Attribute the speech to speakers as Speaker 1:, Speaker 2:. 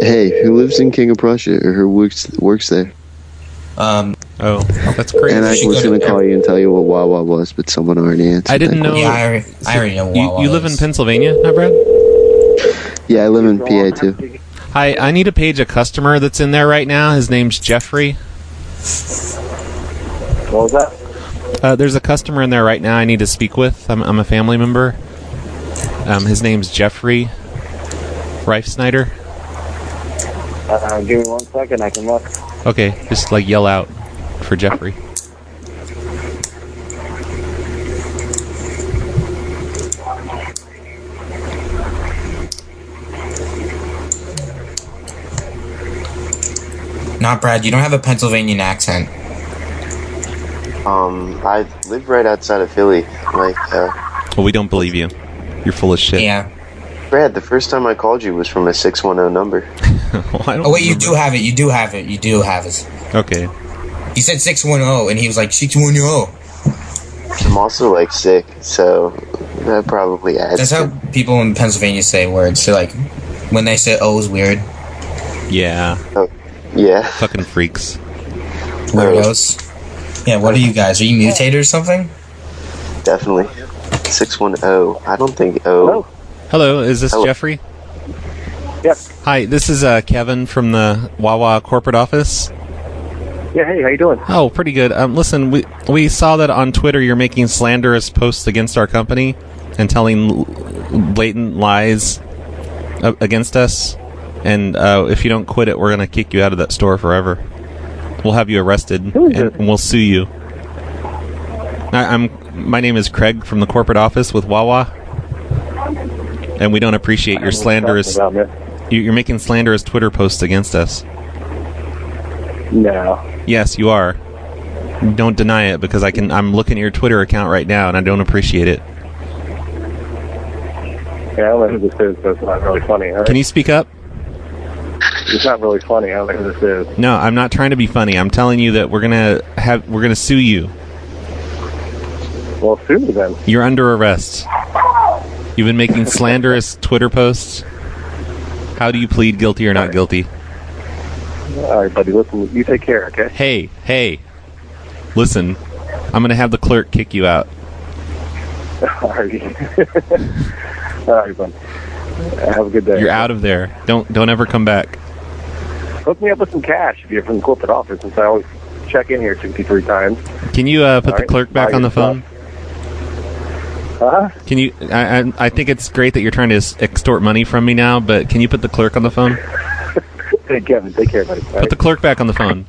Speaker 1: Hey, who lives in King of Prussia or who works works there?
Speaker 2: Um,
Speaker 3: Oh, that's crazy.
Speaker 1: And I
Speaker 2: she
Speaker 1: was
Speaker 2: go
Speaker 1: going to
Speaker 2: to-
Speaker 1: call you and tell you what Wawa was, but someone already answered.
Speaker 3: I didn't
Speaker 1: that
Speaker 3: know.
Speaker 2: yeah, I, already- I already know.
Speaker 3: You,
Speaker 2: Wawa
Speaker 3: you live in
Speaker 2: is.
Speaker 3: Pennsylvania, huh, Brad?
Speaker 1: question. Yeah, I live in PA too.
Speaker 3: Hi, I need to page a customer that's in there right now. His name's Jeffrey.
Speaker 4: What was that?
Speaker 3: Uh, there's a customer in there right now I need to speak with. I'm, I'm a family member. Um, his name's Jeffrey Reif Snyder.
Speaker 4: Uh, give me one second, I can look.
Speaker 3: Okay, just like yell out for Jeffrey.
Speaker 2: Not Brad. You don't have a Pennsylvanian accent.
Speaker 5: Um, I live right outside of Philly. Like, uh,
Speaker 3: Well, we don't believe you. You're full of shit.
Speaker 2: Yeah.
Speaker 5: Brad, the first time I called you was from a 610 number.
Speaker 3: Well, I don't
Speaker 2: Oh wait, you
Speaker 3: remember.
Speaker 2: do have it. You do have it. You do have it.
Speaker 3: Okay.
Speaker 2: You said six one zero, and he was like six one oh. zero.
Speaker 5: I'm also, like, sick, so that probably adds.
Speaker 2: That's how
Speaker 5: to-
Speaker 2: people in Pennsylvania say words. They're like, when they say "oh" is weird.
Speaker 3: Yeah.
Speaker 5: oh, yeah.
Speaker 3: Fucking freaks.
Speaker 2: Weirdos. Yeah. What are you guys? Are you mutated or something?
Speaker 5: Definitely. 610. I don't think oh.
Speaker 4: Oh,
Speaker 5: O.
Speaker 3: Hello, is this
Speaker 5: Hello.
Speaker 3: Jeffrey?
Speaker 4: Yep.
Speaker 3: Hi, this is uh, Kevin from the Wawa corporate office.
Speaker 4: Yeah, hey, how you doing?
Speaker 3: Oh, pretty good. Um, listen, we we saw that on Twitter you're making slanderous posts against our company and telling l- blatant lies a- against us. And uh, if you don't quit it, we're gonna kick you out of that store forever. We'll have you arrested and, and we'll sue you. I, I'm. My name is Craig from the corporate office with Wawa, and we don't appreciate your slanderous.
Speaker 4: About me.
Speaker 3: you- You're making slanderous Twitter posts against us.
Speaker 4: No.
Speaker 3: Yes, you are. Don't deny it because I can. I'm looking at your Twitter account right now, and I don't appreciate it.
Speaker 4: Yeah, I don't know who this is, so it's not really funny. All right?
Speaker 3: Can you speak up?
Speaker 4: It's not really funny. I don't know who this is.
Speaker 3: No, I'm not trying to be funny. I'm telling you that we're gonna have. We're gonna sue you.
Speaker 4: Well, sue me then.
Speaker 3: You're under arrest. You've been making slanderous Twitter posts. How do you plead guilty or not guilty?
Speaker 4: All right, buddy, listen, you take care, okay?
Speaker 3: Hey, hey, listen. I'm gonna have the clerk kick you out.
Speaker 4: All right. All right, buddy. Have a good day.
Speaker 3: You're out of there. Don't don't ever come back.
Speaker 4: Hook me up with some cash if you're from the corporate office, since I always check in here 63 times.
Speaker 3: Can you uh, put the
Speaker 4: All right, Uh-huh.
Speaker 3: clerk back
Speaker 4: buy
Speaker 3: on the
Speaker 4: your
Speaker 3: phone?
Speaker 4: Huh?
Speaker 3: Can you? I, I I think it's great that you're trying to s- extort money from me now, but can you put the clerk on the phone?
Speaker 4: Hey, Kevin, take care, buddy. All
Speaker 3: Put
Speaker 4: right?
Speaker 3: the clerk back on the phone.